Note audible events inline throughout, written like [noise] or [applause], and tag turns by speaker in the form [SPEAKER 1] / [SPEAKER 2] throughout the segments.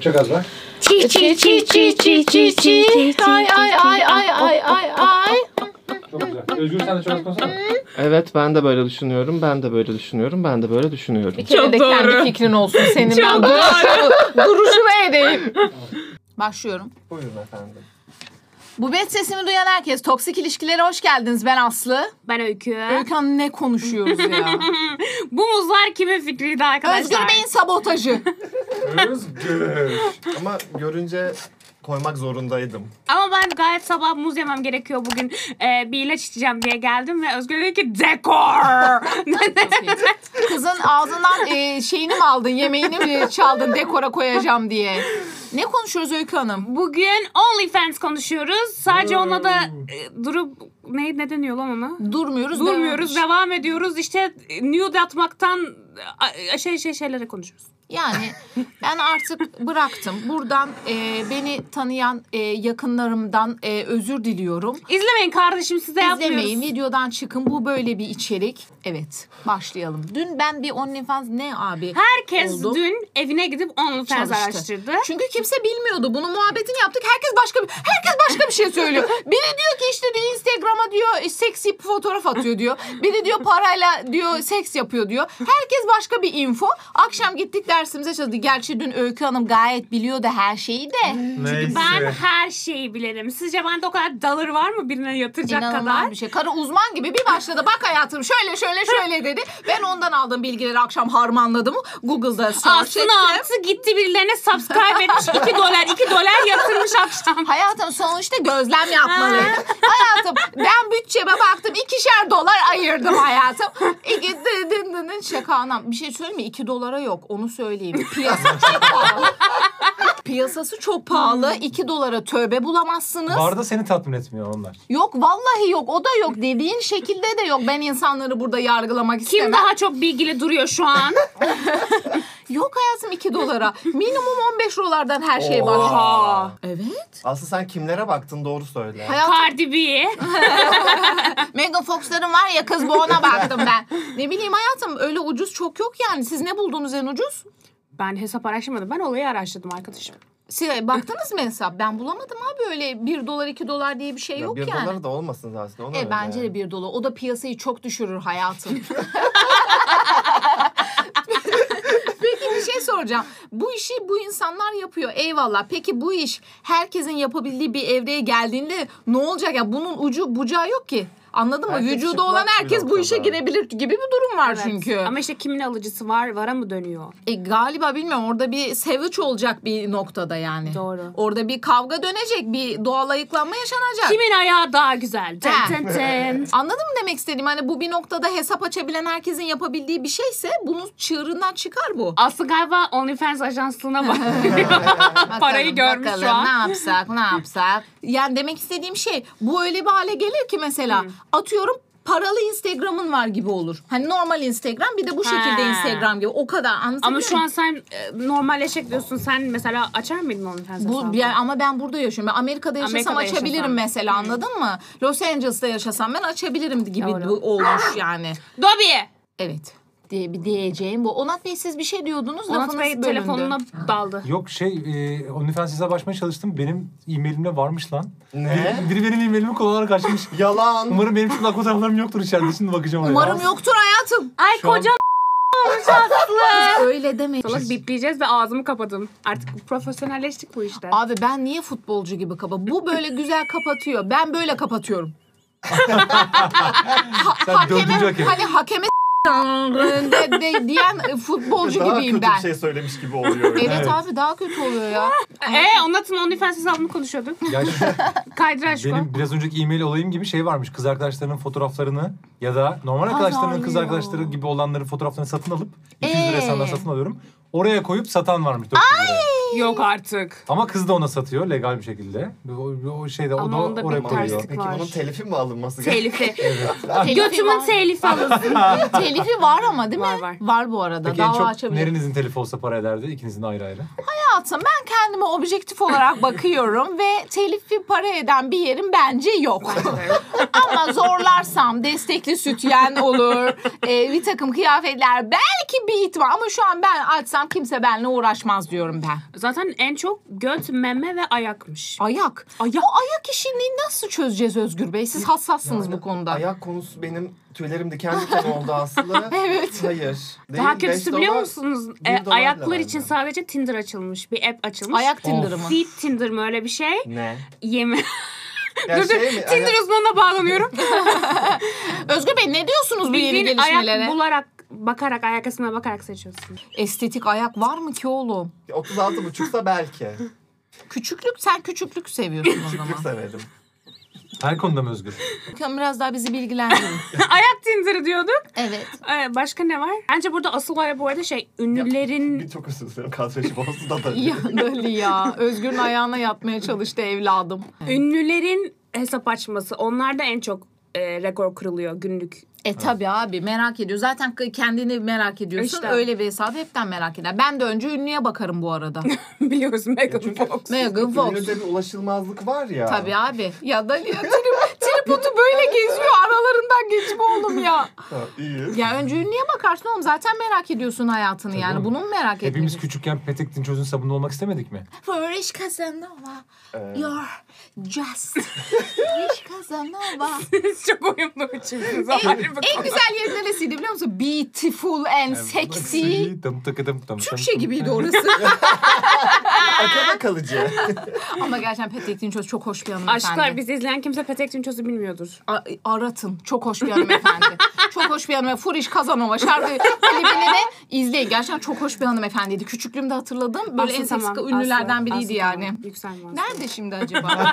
[SPEAKER 1] Çok az var.
[SPEAKER 2] Çi çi çi çi çi çi çi. Ay ay ay ay ay ay ay.
[SPEAKER 1] Çok güzel. Özgür sen de çok az konuşsana.
[SPEAKER 3] Evet ben de böyle düşünüyorum. Ben de böyle düşünüyorum. Ben de böyle düşünüyorum.
[SPEAKER 2] Bir kere
[SPEAKER 4] Çok
[SPEAKER 2] de kendi
[SPEAKER 4] doğru.
[SPEAKER 2] fikrin
[SPEAKER 4] [laughs]
[SPEAKER 2] olsun senin. ben
[SPEAKER 4] Çok
[SPEAKER 2] duruşumu, duruşumu edeyim.
[SPEAKER 5] Başlıyorum.
[SPEAKER 1] Buyurun efendim.
[SPEAKER 5] Bu bet sesimi duyan herkes toksik ilişkilere hoş geldiniz. Ben Aslı.
[SPEAKER 4] Ben Öykü.
[SPEAKER 5] Öykü ne konuşuyoruz ya?
[SPEAKER 4] Bu muzlar kimin fikriydi arkadaşlar?
[SPEAKER 5] [laughs] Özgür
[SPEAKER 4] [laughs]
[SPEAKER 5] Bey'in sabotajı.
[SPEAKER 1] Özgür.
[SPEAKER 6] Ama görünce koymak zorundaydım.
[SPEAKER 4] Ama ben gayet sabah muz yemem gerekiyor bugün. Ee, bir ilaç içeceğim diye geldim ve Özgür dedi ki dekor. [laughs]
[SPEAKER 5] Kızın ağzından e, şeyini mi aldın, yemeğini mi çaldın dekora koyacağım diye. Ne konuşuyoruz Öykü Hanım?
[SPEAKER 4] bugün OnlyFans konuşuyoruz. Sadece ona da e, durup ne, ne deniyor lan ona?
[SPEAKER 5] Durmuyoruz.
[SPEAKER 4] Durmuyoruz,
[SPEAKER 5] devam.
[SPEAKER 4] devam ediyoruz. İşte e, nude atmaktan e, a- şey şey şeylere konuşuyoruz.
[SPEAKER 5] Yani ben artık bıraktım. Buradan e, beni tanıyan e, yakınlarımdan e, özür diliyorum.
[SPEAKER 4] İzlemeyin kardeşim size
[SPEAKER 5] İzlemeyin,
[SPEAKER 4] Şey yapmıyoruz.
[SPEAKER 5] videodan çıkın. Bu böyle bir içerik. Evet, başlayalım. Dün ben bir OnlyFans ne abi?
[SPEAKER 4] Herkes
[SPEAKER 5] Oldu.
[SPEAKER 4] dün evine gidip OnlyFans
[SPEAKER 5] Çalıştı.
[SPEAKER 4] araştırdı.
[SPEAKER 5] Çünkü kimse bilmiyordu. Bunun muhabbetini yaptık. Herkes başka bir herkes başka bir şey söylüyor. Biri diyor ki işte diyor Instagram'a diyor e, seksi fotoğraf atıyor diyor. Biri diyor parayla diyor seks yapıyor diyor. Herkes başka bir info. Akşam gittik dersimize çalıştık. Gerçi dün Öykü Hanım gayet biliyordu her şeyi de.
[SPEAKER 1] Neyse.
[SPEAKER 4] Ben her şeyi bilirim. Sizce bende o kadar dalır var mı birine yatıracak
[SPEAKER 5] İnanılmaz
[SPEAKER 4] kadar?
[SPEAKER 5] bir şey. Karı uzman gibi bir başladı. Bak hayatım şöyle şöyle şöyle dedi. Ben ondan aldığım bilgileri akşam harmanladım. Google'da search ettim.
[SPEAKER 4] Aslında altı gitti birilerine subscribe etmiş.
[SPEAKER 5] [laughs]
[SPEAKER 4] 2 dolar 2 dolar yatırmış akşam.
[SPEAKER 5] Hayatım sonuçta gözlem yapmalıyım. [laughs] hayatım ben bütçeme baktım. ikişer dolar ayırdım hayatım. İki dın dın dın dın. şaka anam. Bir şey söyleyeyim mi? İki dolara yok. Onu söyleyeyim. Piyasa çok pahalı. [laughs] Piyasası çok pahalı.
[SPEAKER 4] Hmm.
[SPEAKER 5] İki dolara tövbe bulamazsınız.
[SPEAKER 1] Bu arada seni tatmin etmiyor onlar.
[SPEAKER 5] Yok vallahi yok. O da yok. Dediğin şekilde de yok. Ben insanları burada yargılamak
[SPEAKER 4] Kim
[SPEAKER 5] istemem.
[SPEAKER 4] daha çok bilgili duruyor şu an?
[SPEAKER 5] Yok hayatım iki dolara. Minimum 15 dolardan her şey başlıyor. Evet.
[SPEAKER 6] Aslı sen kimlere baktın doğru söyle.
[SPEAKER 5] Hayatım [laughs]
[SPEAKER 4] Cardi B.
[SPEAKER 5] Megan Fox'ların var ya kız bu ona baktım ben. Ne bileyim hayatım öyle ucuz çok yok yani. Siz ne buldunuz en ucuz?
[SPEAKER 4] Ben hesap araştırmadım. Ben olayı araştırdım arkadaşım.
[SPEAKER 5] Siz baktınız mı hesap? Ben bulamadım abi öyle 1 dolar 2 dolar diye bir şey
[SPEAKER 6] Ya
[SPEAKER 5] yok
[SPEAKER 6] bir
[SPEAKER 5] yani.
[SPEAKER 6] dolar da olmasın zaten. Ona
[SPEAKER 5] E
[SPEAKER 6] öyle.
[SPEAKER 5] bence de 1 dolar. O da piyasayı çok düşürür
[SPEAKER 6] [laughs]
[SPEAKER 5] hayatım. Peki bir şey soracağım. Bu işi bu insanlar yapıyor. Eyvallah. Peki bu iş herkesin yapabildiği bir evreye geldiğinde ne olacak? Ya bunun ucu bucağı yok ki. Anladın mı?
[SPEAKER 6] Herkes
[SPEAKER 5] Vücuda
[SPEAKER 6] çıplak
[SPEAKER 5] olan
[SPEAKER 6] bir
[SPEAKER 5] herkes bu işe
[SPEAKER 6] noktada.
[SPEAKER 5] girebilir gibi bir durum var
[SPEAKER 4] Evet.
[SPEAKER 5] çünkü.
[SPEAKER 4] Ama işte kimin alıcısı var? Vara mı dönüyor?
[SPEAKER 5] E, galiba bilmiyorum orada bir seviç olacak bir noktada yani.
[SPEAKER 4] Doğru.
[SPEAKER 5] Orada bir kavga dönecek, bir doğal ayıklanma yaşanacak.
[SPEAKER 4] Kimin ayağı daha güzel? Tın
[SPEAKER 5] Ha.
[SPEAKER 4] tın tın.
[SPEAKER 5] Anladın mı demek istediğim? Hani bu bir noktada hesap açabilen herkesin yapabildiği bir şeyse bunun çığırından çıkar bu.
[SPEAKER 4] Aslı galiba OnlyFans
[SPEAKER 5] [laughs]
[SPEAKER 4] ajanslığına bak. Parayı görmüş
[SPEAKER 5] bakalım,
[SPEAKER 4] şu an.
[SPEAKER 5] ne yapsak ne yapsak. Yani demek istediğim şey bu öyle bir hale gelir ki mesela atıyorum paralı Instagram'ın var gibi olur. Hani normal Instagram bir de bu şekilde
[SPEAKER 4] Ha.
[SPEAKER 5] Instagram gibi. O kadar anlatabiliyor
[SPEAKER 4] Ama şu
[SPEAKER 5] muyum?
[SPEAKER 4] an sen e, normalleşecek diyorsun. Sen mesela açar mıydın OnlyFans
[SPEAKER 5] Bu
[SPEAKER 4] hesabı?
[SPEAKER 5] bir- ama ben burada yaşıyorum. Ben Amerika'da yaşasam
[SPEAKER 4] Amerika'da
[SPEAKER 5] açabilirim
[SPEAKER 4] yaşasam.
[SPEAKER 5] mesela anladın mı? Los Angeles'ta yaşasam ben açabilirim gibi
[SPEAKER 4] Doğru.
[SPEAKER 5] bu olmuş yani.
[SPEAKER 4] Dobby!
[SPEAKER 5] Evet. Diye bir diyeceğim bu. Onat Bey siz bir şey diyordunuz
[SPEAKER 4] Onat
[SPEAKER 5] lafınız
[SPEAKER 4] Bey
[SPEAKER 5] bölündü.
[SPEAKER 4] telefonuna daldı.
[SPEAKER 1] Yok şey, e, OnlyFans hesabı açmaya çalıştım. Benim e-mailimle varmış lan.
[SPEAKER 6] Ne?
[SPEAKER 1] Biri, biri benim e-mailimi kullanarak açmış.
[SPEAKER 6] Yalan.
[SPEAKER 1] Umarım benim çıplak fotoğraflarım yoktur içeride. Şimdi bakacağım oraya.
[SPEAKER 5] Umarım yoktur hayatım.
[SPEAKER 4] Ay
[SPEAKER 1] an-
[SPEAKER 4] kocan
[SPEAKER 5] Öyle demeyin.
[SPEAKER 4] Salak bipleyeceğiz ve ağzımı kapadım. Artık profesyonelleştik bu işte.
[SPEAKER 5] Abi ben niye futbolcu gibi kapa? Bu böyle güzel kapatıyor. Ben böyle kapatıyorum. ha,
[SPEAKER 1] Sen
[SPEAKER 5] hakeme,
[SPEAKER 1] dördüncü hakem.
[SPEAKER 5] hani hakeme de, de, diyen e, futbolcu
[SPEAKER 6] Daha
[SPEAKER 5] gibiyim
[SPEAKER 6] kötü
[SPEAKER 5] ben.
[SPEAKER 6] bir şey söylemiş gibi oluyor.
[SPEAKER 5] Evet,
[SPEAKER 1] Evet.
[SPEAKER 5] abi daha kötü oluyor ya.
[SPEAKER 4] Eee Onat'ın Ee, OnlyFans hesabını konuşuyorduk.
[SPEAKER 1] Ya şu-
[SPEAKER 4] Kaydıra aşkı.
[SPEAKER 1] benim biraz önceki e-mail olayım gibi şey varmış. Kız arkadaşlarının fotoğraflarını ya da normal arkadaşlarının kız
[SPEAKER 5] Pazarlıyor.
[SPEAKER 1] arkadaşları gibi olanların fotoğraflarını satın alıp 200
[SPEAKER 5] Ee?
[SPEAKER 1] liraya senden satın alıyorum. Oraya koyup satan varmış. 400 liraya.
[SPEAKER 4] Yok artık.
[SPEAKER 1] Ama kız da ona satıyor legal bir şekilde. O, o şeyde o
[SPEAKER 4] Ama
[SPEAKER 1] da
[SPEAKER 4] onda bir
[SPEAKER 1] oraya koyuyor.
[SPEAKER 4] terslik
[SPEAKER 6] Peki
[SPEAKER 4] var.
[SPEAKER 6] bunun telifi mi alınması?
[SPEAKER 4] Telifi.
[SPEAKER 5] Telifi
[SPEAKER 4] Götümün
[SPEAKER 5] var.
[SPEAKER 4] telifi alınsın.
[SPEAKER 5] Telifi var ama değil mi?
[SPEAKER 4] Var, var.
[SPEAKER 5] bu arada.
[SPEAKER 1] Peki en
[SPEAKER 5] Dava
[SPEAKER 1] çok
[SPEAKER 5] açabilir.
[SPEAKER 1] nerenizin telifi olsa para ederdi ikinizin de ayrı ayrı?
[SPEAKER 5] anlatsam ben kendime objektif olarak bakıyorum ve telifi para eden bir yerim bence yok. [laughs] Ama zorlarsam destekli sütyen olur. e, bir takım kıyafetler belki bir ihtimal ama şu an ben açsam kimse benimle uğraşmaz diyorum ben.
[SPEAKER 4] Zaten en çok göt, meme ve ayakmış.
[SPEAKER 5] Ayak.
[SPEAKER 4] Ayak.
[SPEAKER 5] O ayak işini nasıl çözeceğiz Özgür Bey? Siz hassassınız bu konuda.
[SPEAKER 6] Ayak konusu benim tüylerim diken diken oldu aslında.
[SPEAKER 5] [laughs] Evet.
[SPEAKER 6] Hayır. Değil,
[SPEAKER 4] Daha kötüsü
[SPEAKER 6] beş
[SPEAKER 4] biliyor
[SPEAKER 6] dolar-
[SPEAKER 4] musunuz?
[SPEAKER 6] bir
[SPEAKER 4] E,
[SPEAKER 6] dolarla
[SPEAKER 4] ayaklar
[SPEAKER 6] verdim.
[SPEAKER 4] için sadece Tinder açılmış. Bir app açılmış.
[SPEAKER 5] Ayak Tinder'ı mı?
[SPEAKER 4] Feet Tinder mı öyle bir şey?
[SPEAKER 6] Ne?
[SPEAKER 4] Yemin.
[SPEAKER 6] Ya
[SPEAKER 4] Dur dur.
[SPEAKER 6] şey mi?
[SPEAKER 4] Tinder uzmanına bağlanıyorum.
[SPEAKER 5] Özgür Bey ne diyorsunuz [laughs] bu yeni
[SPEAKER 4] Bildiğin ayak
[SPEAKER 5] gelişmelere?
[SPEAKER 4] bularak, bakarak, ayak esmine bakarak seçiyorsun.
[SPEAKER 5] Estetik ayak var mı ki oğlum?
[SPEAKER 6] Ayak- 36 buçuksa belki.
[SPEAKER 5] Küçüklük sen küçüklük seviyorsun [laughs] o
[SPEAKER 6] Küçüklük
[SPEAKER 5] zaman.
[SPEAKER 6] severim.
[SPEAKER 1] Her konuda mı özgür?
[SPEAKER 5] Lütfen biraz daha bizi bilgilendirin.
[SPEAKER 4] ayak Tinder'ı diyorduk.
[SPEAKER 5] evet.
[SPEAKER 4] Ee, başka ne var? Bence burada asıl olay bu arada şey
[SPEAKER 6] Bir
[SPEAKER 4] ünlülerin...
[SPEAKER 6] çok özür dilerim kadrajı bozdu da
[SPEAKER 5] [laughs]
[SPEAKER 6] tabii.
[SPEAKER 5] Ya Dali ya. Özgür'ün ayağına yatmaya çalıştı evladım.
[SPEAKER 4] Ünlülerin hesap açması. Onlarda en çok e, rekor kırılıyor günlük. [laughs]
[SPEAKER 5] E tabi abi merak ediyor. Zaten k- kendini merak ediyorsun.
[SPEAKER 4] İşte.
[SPEAKER 5] Öyle bir hesabı hepten merak eder. Ben de önce ünlüye bakarım bu [laughs] arada.
[SPEAKER 4] Biliyoruz Megan Fox. [laughs]
[SPEAKER 5] Megan Fox.
[SPEAKER 6] Ünlüde bir ulaşılmazlık var ya.
[SPEAKER 5] Tabii abi. Ya Dali ya trip, tripodu böyle geziyor aralarından geçip oğlum ya.
[SPEAKER 6] Ha, iyi.
[SPEAKER 5] Ya önce ünlüye bakarsın oğlum zaten merak ediyorsun hayatını yani.
[SPEAKER 1] oğlum.
[SPEAKER 5] Bunu mu merak
[SPEAKER 1] Hepimiz [laughs]
[SPEAKER 5] etmiyorsun?
[SPEAKER 1] küçükken Petek Dinçöz'ün sabunlu olmak istemedik mi?
[SPEAKER 5] Flourish Casanova,
[SPEAKER 6] Ee,
[SPEAKER 5] you're just Flourish Casanova.
[SPEAKER 4] Siz çok uyumlu biçimsiniz.
[SPEAKER 5] en,
[SPEAKER 4] Ayrı bir
[SPEAKER 5] en güzel yeri neresiydi biliyor musun? Beautiful and sexy.
[SPEAKER 1] [laughs] Dım tıkı dım dım dım
[SPEAKER 5] Türkçe
[SPEAKER 1] dım.
[SPEAKER 5] gibiydi orası. [laughs]
[SPEAKER 6] Akılda kalıcı.
[SPEAKER 5] Ama gerçekten Petek Dinçöz çok hoş bir hanımefendi.
[SPEAKER 4] Aşklar bizi izleyen kimse Petek Tünçöz'ü bilmiyordur.
[SPEAKER 5] A- aratın. Çok hoş bir hanımefendi. çok hoş bir hanımefendi. Furiş Kazanova şarkı klibini izleyin. Gerçekten çok hoş bir hanımefendiydi. Küçüklüğümde hatırladım. Böyle en
[SPEAKER 4] Aslı
[SPEAKER 5] seksi
[SPEAKER 4] tamam,
[SPEAKER 5] ünlülerden
[SPEAKER 4] Aslı,
[SPEAKER 5] biriydi
[SPEAKER 4] Aslı
[SPEAKER 5] yani.
[SPEAKER 4] tamam. Yüksel Mansur.
[SPEAKER 5] Nerede şimdi acaba?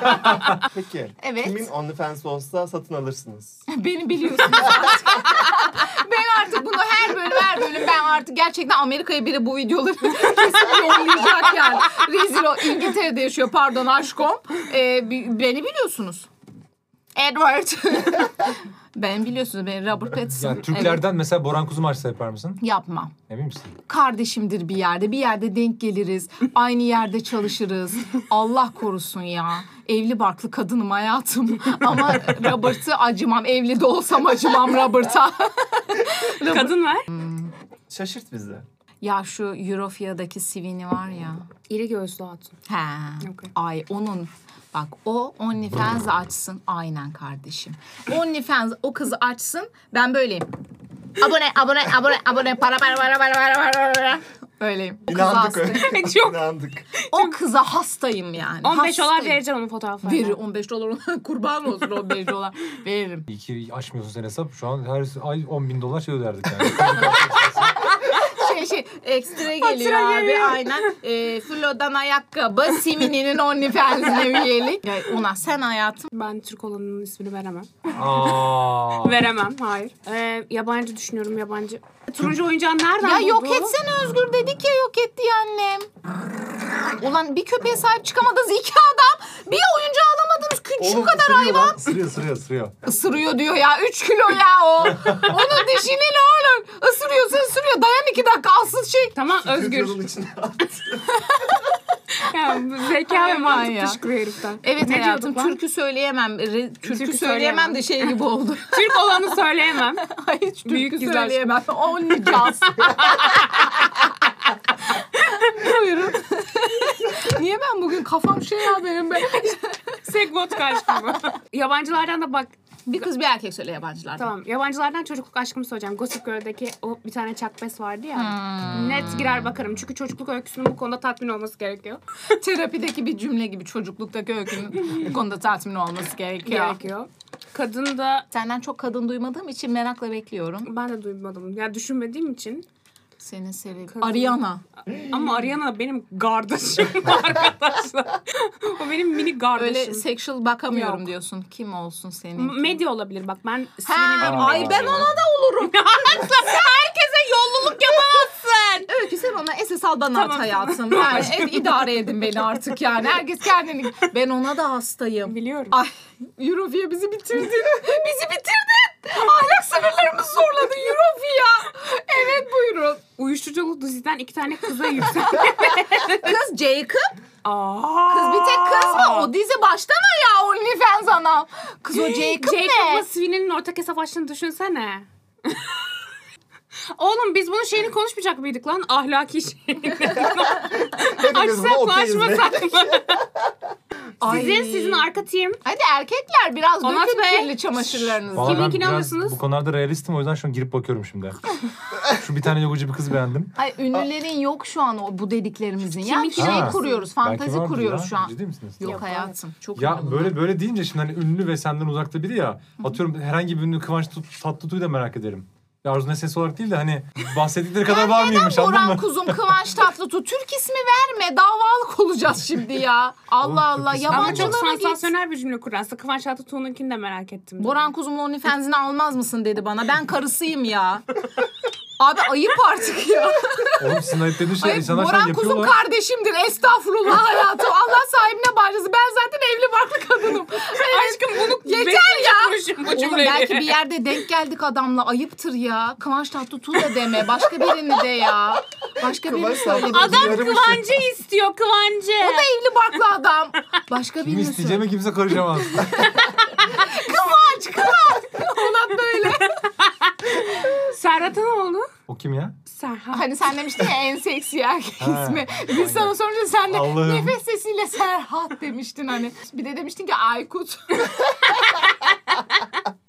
[SPEAKER 6] Peki.
[SPEAKER 5] Evet.
[SPEAKER 6] Kimin OnlyFans olsa satın alırsınız.
[SPEAKER 5] Beni biliyorsunuz [laughs] artık. ben artık bunu her bölüm her bölüm ben artık gerçekten Amerika'ya biri bu videoları [laughs] kesin yollayacak yani. Rezil o İngiltere'de yaşıyor pardon aşkom. Ee, bi- beni biliyorsunuz. Edward. [laughs] ben biliyorsunuz ben Robert Pattinson.
[SPEAKER 1] Ya Türklerden mesela Boran Kuzu maçta yapar mısın?
[SPEAKER 5] Evet, yapma.
[SPEAKER 1] Emin misin?
[SPEAKER 5] Kardeşimdir bir yerde. Bir yerde denk geliriz. Aynı yerde çalışırız. Allah korusun ya. Evli barklı kadınım hayatım. Ama Robert'ı acımam. Evli de olsam acımam Robert'a.
[SPEAKER 4] Kadın var.
[SPEAKER 6] Şaşırt bizi.
[SPEAKER 5] Ya şu Eurofia'daki Sivini var ya.
[SPEAKER 4] İri göğüslü hatun.
[SPEAKER 5] He.
[SPEAKER 4] Okey.
[SPEAKER 5] Ay onun bak o OnlyFans açsın. Aynen kardeşim. OnlyFans o kızı açsın. Ben böyleyim. Abone abone abone abone para para para para para para para. Öyleyim. O kıza
[SPEAKER 6] İnandık
[SPEAKER 5] hastayım.
[SPEAKER 6] [laughs] öyle.
[SPEAKER 4] Çok.
[SPEAKER 6] İnandık.
[SPEAKER 5] O kıza hastayım yani.
[SPEAKER 4] 15 dolar
[SPEAKER 5] Hastayım.
[SPEAKER 4] vereceğim onun fotoğraflarına.
[SPEAKER 5] Verir 15 dolar ona [laughs] kurban olsun 15 dolar. Veririm.
[SPEAKER 1] İyi ki açmıyorsun sen hesap. Şu an her ay 10 bin dolar şey öderdik
[SPEAKER 5] [laughs]
[SPEAKER 1] yani.
[SPEAKER 5] Şey şey ekstra geliyor
[SPEAKER 4] Ekstra
[SPEAKER 5] abi
[SPEAKER 4] geliyor.
[SPEAKER 5] aynen. Ee, Flo'dan ayakkabı Simini'nin OnlyFans'ine üyelik. Ya ona sen hayatım
[SPEAKER 4] Ben Türk olanın ismini veremem.
[SPEAKER 1] Aa.
[SPEAKER 4] Veremem, hayır. Ee, yabancı düşünüyorum, yabancı. Turuncu oyuncağı nereden
[SPEAKER 5] Ya
[SPEAKER 4] buldu?
[SPEAKER 5] yok etsene Özgür dedik ya yok etti ya annem. Ulan bir köpeğe sahip çıkamadınız iki adam. Bir oyuncu alamadınız küçük
[SPEAKER 6] Oğlum
[SPEAKER 5] kadar
[SPEAKER 6] ısırıyor
[SPEAKER 5] hayvan.
[SPEAKER 6] lan.
[SPEAKER 1] Sırıyor sırıyor sırıyor.
[SPEAKER 5] Isırıyor diyor ya. Üç kilo ya o. Onun dişini ne oğlum? Isırıyorsa ısırıyor. Dayan iki dakika alsın şey.
[SPEAKER 4] Tamam Özgür.
[SPEAKER 5] [laughs]
[SPEAKER 6] Özgür. içine
[SPEAKER 4] Ya, bu zeka ve
[SPEAKER 5] Hayvan
[SPEAKER 4] mantık
[SPEAKER 5] ya.
[SPEAKER 4] dışı bir heriften.
[SPEAKER 5] Evet
[SPEAKER 4] Ne
[SPEAKER 5] hayatım
[SPEAKER 4] diyorduk lan?
[SPEAKER 5] türkü söyleyemem. Re- türkü,
[SPEAKER 4] Türkü
[SPEAKER 5] söyleyemem de şey gibi oldu. şey.
[SPEAKER 4] Türk olanı [laughs] söyleyemem.
[SPEAKER 5] Ay hiç türkü
[SPEAKER 4] Büyük güzel.
[SPEAKER 5] [laughs] söyleyemem. Olmayacağız. Buyurun. Niye ben bugün kafam şey ya benim ben.
[SPEAKER 4] Segwot aşkı bu. [laughs] Yabancılardan da bak.
[SPEAKER 5] Bir kız bir erkek söyle yabancılardan.
[SPEAKER 4] Tamam. Yabancılardan çocukluk aşkımı söyleyeceğim. Gossip Girl'deki o bir tane Chuck Bass vardı ya. Net girer bakarım. Çünkü çocukluk öyküsünün bu konuda tatmin olması gerekiyor.
[SPEAKER 5] terapideki bir cümle gibi çocukluktaki öykünün bu konuda tatmin olması gerekiyor.
[SPEAKER 4] Gerekiyor. Kadın da
[SPEAKER 5] Senden çok kadın duymadığım için merakla bekliyorum.
[SPEAKER 4] ben de duymadım. Yani düşünmediğim için.
[SPEAKER 5] Senin sevdiğin.
[SPEAKER 4] Kadın.
[SPEAKER 5] Ariana.
[SPEAKER 4] Ama Ariana benim kardeşim [laughs] arkadaşlar. o benim mini kardeşim.
[SPEAKER 5] Öyle sexual bakamıyorum
[SPEAKER 4] Yok.
[SPEAKER 5] diyorsun. Kim olsun senin?
[SPEAKER 4] M- Medya olabilir bak ben
[SPEAKER 5] Ha,
[SPEAKER 4] sinirlenirim.
[SPEAKER 5] ay ben ona da [laughs] olurum.
[SPEAKER 4] Herkese yolluluk yapamazsın.
[SPEAKER 5] Öykü sen ona esas al bana
[SPEAKER 4] Tamam.
[SPEAKER 5] at hayatım. Yani ev idare edin beni artık yani. Herkes kendini... Ben ona da hastayım.
[SPEAKER 4] Biliyorum.
[SPEAKER 5] Ay Eurovia [laughs] bizi bitirdin. bizi bitirdin. Ahlak sınırlarımızı zorladı Europe ya. Evet buyurun.
[SPEAKER 4] Uyuşturuculuk diziden iki tane kıza yükseldi.
[SPEAKER 5] Kız Jacob.
[SPEAKER 4] Aa.
[SPEAKER 5] Kız bir tek kız mı? O dizi baştan ayağı OnlyFans ana. Kız o Jacob,
[SPEAKER 4] Jacob'la
[SPEAKER 5] ne?
[SPEAKER 4] Sweeney'nin ortak hesap açtığını düşünsene. Oğlum biz bunun şeyini konuşmayacak mıydık lan? Ahlaki şeyini.
[SPEAKER 6] Hepimiz buna
[SPEAKER 4] Açsak mı
[SPEAKER 6] okeyiz be.
[SPEAKER 4] açmasak mı?
[SPEAKER 5] Ay.
[SPEAKER 4] sizin, sizin arka team.
[SPEAKER 5] Hadi erkekler biraz
[SPEAKER 4] Onat
[SPEAKER 5] dökün
[SPEAKER 4] Bey.
[SPEAKER 5] kirli çamaşırlarınızı.
[SPEAKER 1] Vallahi ben
[SPEAKER 4] Kiminkini
[SPEAKER 1] biraz
[SPEAKER 4] alıyorsunuz?
[SPEAKER 1] Bu konularda realistim o yüzden şu an girip bakıyorum
[SPEAKER 5] [laughs]
[SPEAKER 1] şimdi. Şu bir tane logocu bir kız beğendim.
[SPEAKER 5] Ay ünlülerin yok şu an o bu dediklerimizin. Ya bir
[SPEAKER 4] Kiminki
[SPEAKER 5] şey
[SPEAKER 1] var?
[SPEAKER 5] kuruyoruz,
[SPEAKER 1] Belki
[SPEAKER 5] fantezi
[SPEAKER 1] vardır
[SPEAKER 5] kuruyoruz
[SPEAKER 1] ya.
[SPEAKER 5] şu an.
[SPEAKER 1] Ciddi misiniz?
[SPEAKER 5] Yok,
[SPEAKER 4] Yok,
[SPEAKER 5] hayatım. Çok
[SPEAKER 1] Ya
[SPEAKER 5] inanılmaz.
[SPEAKER 1] böyle böyle deyince şimdi hani ünlü ve senden uzakta biri ya. Atıyorum herhangi bir ünlü Kıvanç Tut- Tatlıtuğ'u da merak ederim. Ya Arzu ne sesi olarak değil de hani bahsettikleri kadar bağırmıyormuş anladın
[SPEAKER 5] Orhan
[SPEAKER 1] mı?
[SPEAKER 5] Kuzum, Kıvanç Tatlıtuğ. Türk ismi verme. Davalık olacağız şimdi ya. Allah
[SPEAKER 1] Oğlum, Türk
[SPEAKER 5] Allah.
[SPEAKER 1] ismi
[SPEAKER 4] Ama
[SPEAKER 1] Yabancı
[SPEAKER 4] çok
[SPEAKER 5] Yabancılara git.
[SPEAKER 4] sansasyonel bir cümle kurarsa Kıvanç Tatlıtuğ'ununkini de merak ettim.
[SPEAKER 5] Boran Kuzum'un OnlyFans'ini almaz mısın dedi bana. Ben karısıyım ya. Abi ayıp artık ya.
[SPEAKER 1] Oğlum sizin ayıpladığınız şey
[SPEAKER 5] Ayıp.
[SPEAKER 1] insanlar şu an
[SPEAKER 5] Boran Kuzum
[SPEAKER 1] yapıyorlar.
[SPEAKER 5] kardeşimdir. Estağfurullah hayatım. Allah sahibine bağışlasın. Ben zaten evli barklı kadınım. Aşkım bunu yeter ya.
[SPEAKER 4] Konuşun bu
[SPEAKER 5] Oğlum
[SPEAKER 4] cümleyi. [laughs]
[SPEAKER 5] belki bir yerde denk geldik adamla ayıptır ya. Kıvanç Tatlıtuğ da deme. Başka birini de ya. Başka birini
[SPEAKER 6] Kıvanç
[SPEAKER 5] söyle.
[SPEAKER 6] Tatlıtuğ yarım işi.
[SPEAKER 4] Kıvancı istiyor Kıvancı.
[SPEAKER 5] O da evli barklı adam. Başka
[SPEAKER 1] Kim
[SPEAKER 5] birini söyle.
[SPEAKER 1] isteyeceğime kimse karışamaz.
[SPEAKER 4] Serhat'a ne oldu?
[SPEAKER 1] o kim ya?
[SPEAKER 4] Serhat.
[SPEAKER 5] Hani sen demiştin ya en seksi erkek
[SPEAKER 1] Ha,
[SPEAKER 5] ismi. Biz sana sorunca sen de
[SPEAKER 1] Allah'ım.
[SPEAKER 5] nefes sesiyle Serhat demiştin hani. Bir de demiştin ki Aykut.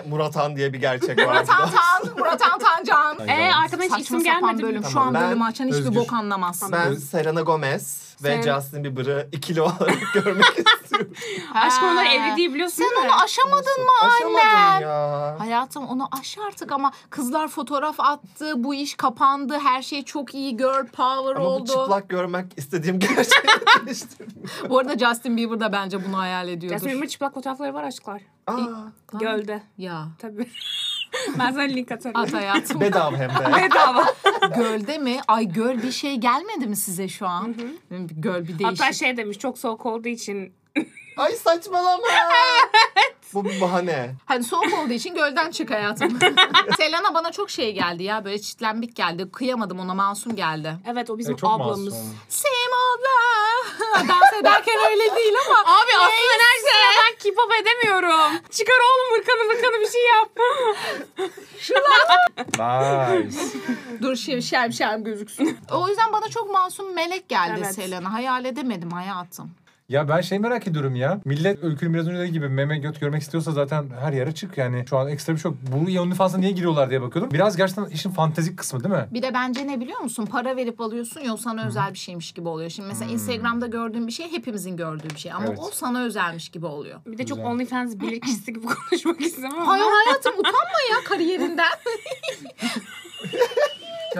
[SPEAKER 6] Murat Han diye bir gerçek var.
[SPEAKER 5] Murat
[SPEAKER 6] burada.
[SPEAKER 5] Antan, Murat Antan Can.
[SPEAKER 4] Ee, arkadan hiç
[SPEAKER 5] Saçma
[SPEAKER 4] isim
[SPEAKER 5] sapan
[SPEAKER 4] gelmedi.
[SPEAKER 5] bölüm.
[SPEAKER 4] Bölüm.
[SPEAKER 5] Şu an
[SPEAKER 6] Tamam, ben
[SPEAKER 5] bölümü açan hiçbir
[SPEAKER 1] Özgür.
[SPEAKER 5] bok anlamaz.
[SPEAKER 6] Ben Selena Gomez ve
[SPEAKER 4] Selena-
[SPEAKER 6] Justin Bieber'ı ikili olarak [laughs] görmek istiyorum.
[SPEAKER 4] Aşkım onlar
[SPEAKER 5] Ha.
[SPEAKER 4] evli değil biliyorsun
[SPEAKER 5] Sen
[SPEAKER 4] değil mi?
[SPEAKER 5] onu aşamadın mı annem?
[SPEAKER 6] Aşamadım ya.
[SPEAKER 5] Hayatım onu aş artık ama kızlar fotoğraf attı, bu iş kapandı, her şey çok iyi, girl power
[SPEAKER 6] Ama bu
[SPEAKER 5] oldu.
[SPEAKER 6] çıplak görmek istediğim [laughs] gerçeği değiştirmiyor.
[SPEAKER 5] Bu arada Justin Bieber da bence bunu hayal ediyordur.
[SPEAKER 4] Jasmine Bieber çıplak fotoğrafları var aşklar.
[SPEAKER 6] Aa,
[SPEAKER 5] Lan,
[SPEAKER 4] Gölde.
[SPEAKER 5] Ya. [laughs]
[SPEAKER 4] Tabii. ben sana link atarım.
[SPEAKER 5] At hayatım.
[SPEAKER 6] bedava hem
[SPEAKER 5] [laughs]
[SPEAKER 4] [laughs]
[SPEAKER 6] de.
[SPEAKER 4] Bedava.
[SPEAKER 5] Gölde mi? Ay göl bir şey gelmedi mi size şu an? Göl bir değişik.
[SPEAKER 4] Hatta şey demiş çok soğuk olduğu için
[SPEAKER 6] Ay
[SPEAKER 5] [laughs]
[SPEAKER 6] saçmalama. bu bir bahane.
[SPEAKER 5] Hani soğuk olduğu için gölden çık
[SPEAKER 4] [laughs]
[SPEAKER 5] hayatım. Selena bana çok şey geldi ya. Böyle çitlenbik geldi. Kıyamadım ona masum geldi.
[SPEAKER 4] Evet o bizim
[SPEAKER 1] E, çok
[SPEAKER 4] ablamız.
[SPEAKER 1] masum.
[SPEAKER 5] Same abla. [laughs] Dans ederken öyle değil ama.
[SPEAKER 4] Abi aslında enerjisiyle ben keep up edemiyorum. Çıkar oğlum hırkanı hırkanı bir şey
[SPEAKER 5] [laughs]
[SPEAKER 4] yap.
[SPEAKER 1] Nice.
[SPEAKER 5] Dur şimdi şerm şerm gözüksün. o yüzden bana çok masum melek geldi
[SPEAKER 4] Evet.
[SPEAKER 5] Selena. Hayal edemedim hayatım.
[SPEAKER 1] Ya ben şey merak ediyorum ya. Millet öykünün biraz önce dediği gibi meme göt görmek istiyorsa zaten her yere çık yani. Şu an ekstra bir şey yok. Bu ya OnlyFans'a niye giriyorlar diye bakıyordum. Biraz gerçekten işin fantezik kısmı değil mi?
[SPEAKER 5] Bir de bence ne biliyor musun? Para verip alıyorsun ya o sana özel bir şeymiş gibi oluyor. Şimdi
[SPEAKER 4] Hmm.
[SPEAKER 5] mesela Instagram'da gördüğün bir şey hepimizin gördüğü bir şey. Ama
[SPEAKER 1] Evet.
[SPEAKER 5] o sana özelmiş gibi oluyor.
[SPEAKER 4] Bir de çok
[SPEAKER 1] Güzel.
[SPEAKER 4] OnlyFans bilirkişisi gibi [laughs] konuşmak istemem ama.
[SPEAKER 5] Hayır hayatım utanma ya kariyerinden. [laughs]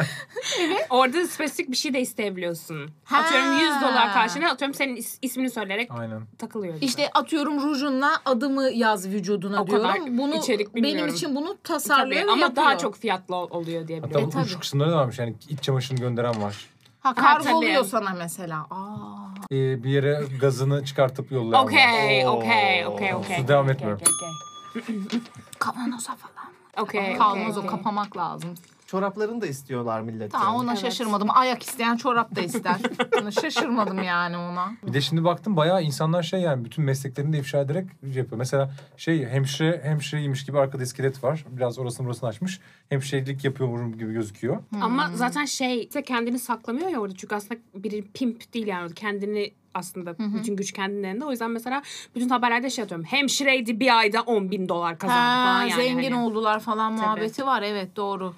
[SPEAKER 4] Orada spesifik bir şey de isteyebiliyorsun.
[SPEAKER 5] Ha.
[SPEAKER 4] Atıyorum 100 dolar karşına atıyorum senin is- ismini söyleyerek
[SPEAKER 1] Aynen.
[SPEAKER 4] takılıyor.
[SPEAKER 5] İşte atıyorum rujunla adımı yaz vücuduna
[SPEAKER 4] O
[SPEAKER 5] diyorum.
[SPEAKER 4] kadar
[SPEAKER 5] bunu
[SPEAKER 4] içerik
[SPEAKER 5] benim
[SPEAKER 4] bilmiyorum. E,
[SPEAKER 5] için bunu
[SPEAKER 4] Tabii
[SPEAKER 5] tasarlıyor ve
[SPEAKER 4] ama daha
[SPEAKER 5] yapıyor.
[SPEAKER 4] çok fiyatlı ol- oluyor diye
[SPEAKER 1] Hatta
[SPEAKER 4] biliyorum.
[SPEAKER 1] bu uç
[SPEAKER 5] tabii.
[SPEAKER 1] kısımları da varmış yani iç çamaşırını gönderen var.
[SPEAKER 5] ha
[SPEAKER 4] tabii.
[SPEAKER 5] kargoluyor sana mesela. Aa.
[SPEAKER 1] Ee, bir yere gazını çıkartıp
[SPEAKER 5] [laughs]
[SPEAKER 1] yollayan var.
[SPEAKER 4] Okey,
[SPEAKER 6] Oo.
[SPEAKER 4] okey, okey, okey.
[SPEAKER 1] Siz devam etmiyorum.
[SPEAKER 5] Kavanoza falan.
[SPEAKER 4] Okey, okey.
[SPEAKER 5] Kalmaz o
[SPEAKER 4] okey.
[SPEAKER 5] kapamak lazım.
[SPEAKER 6] Çoraplarını da istiyorlar milletten.
[SPEAKER 5] Tamam ona
[SPEAKER 4] Evet.
[SPEAKER 5] şaşırmadım. Ayak isteyen çorap
[SPEAKER 4] [laughs]
[SPEAKER 5] da ister. Ona şaşırmadım yani ona.
[SPEAKER 1] Bir de şimdi baktım bayağı insanlar şey yani bütün mesleklerini de ifşa ederek yapıyor. Mesela şey hemşire hemşireymiş gibi arkada iskelet var. Biraz orasını burasını açmış. Hemşirelik yapıyor gibi gözüküyor.
[SPEAKER 4] Ama
[SPEAKER 5] Hmm.
[SPEAKER 4] zaten şey işte kendini saklamıyor ya orada çünkü aslında biri pimp değil yani kendini aslında bütün güç kendilerinde. O yüzden mesela bütün haberlerde şey atıyorum. Hemşireydi bir ayda 10 bin dolar kazandı falan
[SPEAKER 5] Ha,
[SPEAKER 4] yani.
[SPEAKER 5] zengin
[SPEAKER 4] hani.
[SPEAKER 5] oldular falan muhabbeti var evet doğru.